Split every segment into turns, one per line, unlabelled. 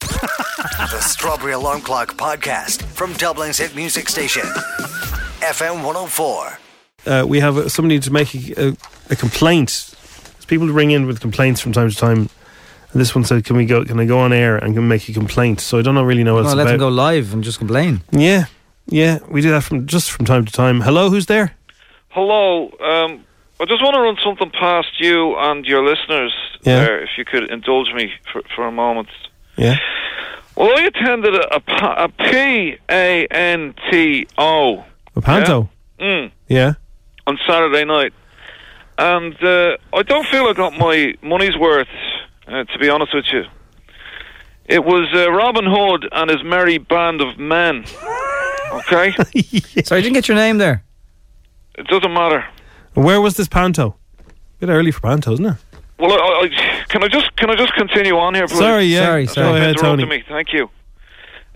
The Strawberry Alarm Clock Podcast from Dublin's hit music station, FM 104.
uh, we have uh, somebody to make a, a, a complaint. There's people who ring in with complaints from time to time. And this one said, "Can we go? Can I go on air and can make a complaint?" So I don't know, really know what
No,
it's
let them go
about.
live and just complain.
Yeah, yeah, we do that from just from time to time. Hello, who's there?
Hello. Um, I just want to run something past you and your listeners
Yeah.
there, if you could indulge me for, for a moment.
Yeah,
Well, I attended a, a, pa- a P-A-N-T-O
Panto.
mm,
Yeah.
on Saturday night. And uh, I don't feel I got my money's worth, uh, to be honest with you. It was uh, Robin Hood and his merry band of men. Okay?
Sorry, I didn't get your name there.
it doesn't matter.
Where was this Panto? bit early for Panto, isn't it?
Well, I, I, can I just can I just continue on here, please?
Sorry, yeah. Go
Sorry, sorry.
Thanks
ahead,
for interrupting
Tony.
Me. Thank you.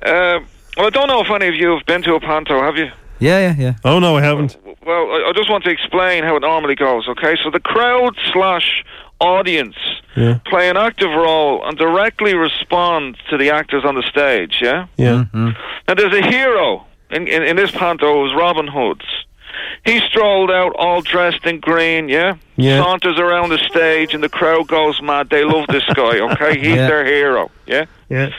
Uh, well, I don't know if any of you have been to a panto, have you?
Yeah, yeah, yeah.
Oh no, I haven't.
Well, I, I just want to explain how it normally goes. Okay, so the crowd slash audience
Yeah.
play an active role and directly respond to the actors on the stage. Yeah.
Yeah.
Mm-hmm.
Now, there's a hero in, in, in this panto. It was Robin Hood. He strolled out all dressed in green, yeah?
Yeah.
Saunters around the stage and the crowd goes mad. They love this guy, okay? He's
Yeah.
their hero, yeah?
Yeah.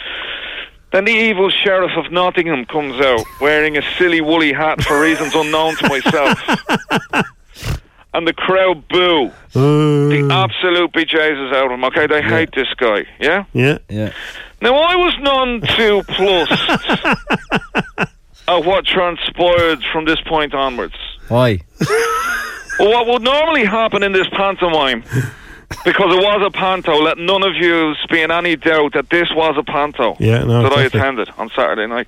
Then the evil sheriff of Nottingham comes out wearing a silly woolly hat for reasons unknown to myself. and the crowd boo. The
Uh,
absolute bejesus out of him. Okay, they hate this guy. Yeah?
yeah.
Yeah.
Now, I was none too plus at what transpired from this point onwards.
Why?
Well, what would normally happen in this pantomime, because it was a panto, let none of you be in any doubt that this was a panto
Yeah, no,
that I
exactly.
attended on Saturday night.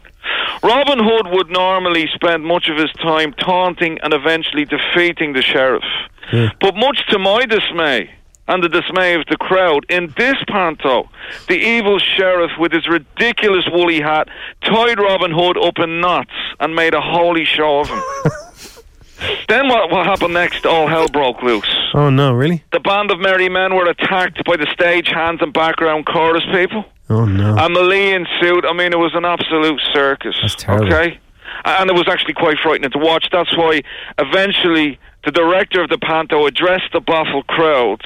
Robin Hood would normally spend much of his time taunting and eventually defeating the sheriff.
Yeah.
But much to my dismay and the dismay of the crowd, in this panto, the evil sheriff with his ridiculous woolly hat tied Robin Hood up in knots and made a holy show of him. then what, what happened next? All hell broke loose.
Oh no, really?
The band of merry men were attacked by the stage hands and background chorus people.
Oh no.
A melee ensued. I mean, it was an absolute circus.
That's terrible.
Okay? And it was actually quite frightening to watch. That's why eventually the director of the Panto addressed the baffled crowds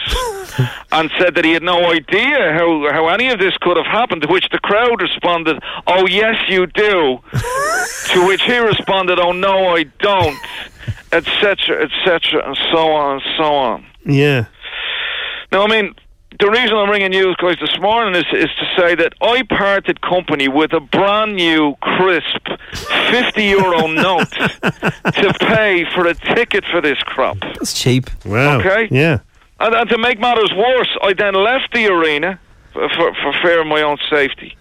and said that he had no idea how, how any of this could have happened, to which the crowd responded, Oh, yes, you do. to which he responded, Oh, no, I don't, etc., etc., and so on and so on.
yeah.
Now, I mean, the reason I'm ringing you guys this morning is, is to say that I parted company with a brand new, crisp, 50 euro note to pay for a ticket for this crop.
That's cheap.
Wow.
Okay.
Yeah.
And, and Uh, to make matters worse, I then left the arena for, for, for fear of my own safety.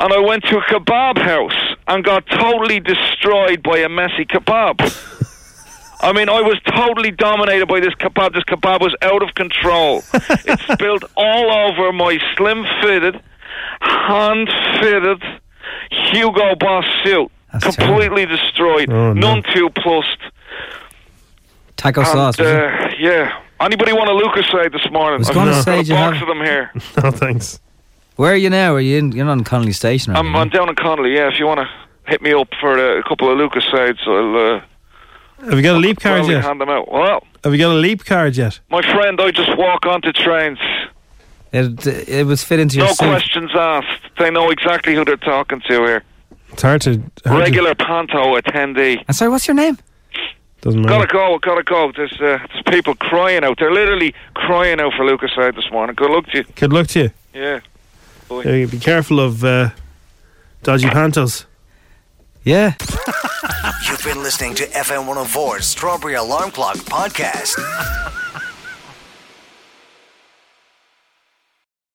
And I went to a kebab house and got totally destroyed by a messy kebab. I mean, I was totally dominated by this kebab. This kebab was out of control. it spilled all over my slim fitted, hand fitted Hugo Boss suit.
That's
completely destroyed.
Oh, no.
None too plussed.
Taco
And,
sauce. was it?
uh, yeah. Anybody want a Lucasade this morning?
was
I've
gonna
got
say,
a
do you
box
have- Mm-hmm.
of them here.
No, Oh, thanks.
Where are you now? Are you in? You're not in Connolly Station, are
I'm,
you?
I'm down in Connolly. Yeah, if you want to hit me up for uh, a couple of Lucasades, I'll uh,
Have you got a leap
where
card
we
yet?
hand them out. Well,
Have you got a leap card yet?
my friend, I just walk onto trains.
It, eh? it was fit into your
no
suit.
questions asked. They know exactly who they're talking to here.
It's hard to. hard to-
Regular panto attendee.
And sorry, what's your name?
doesn't matter.
Gotta go, gotta go. There's, uh, there's people crying out. They're literally crying out for Lucas Side this morning. Good luck to you.
Good luck to you.
Yeah.
Yeah, you be careful of uh, dodgy pantos.
Yeah.
oh You've been listening to FM 104's Strawberry Alarm Clock Podcast.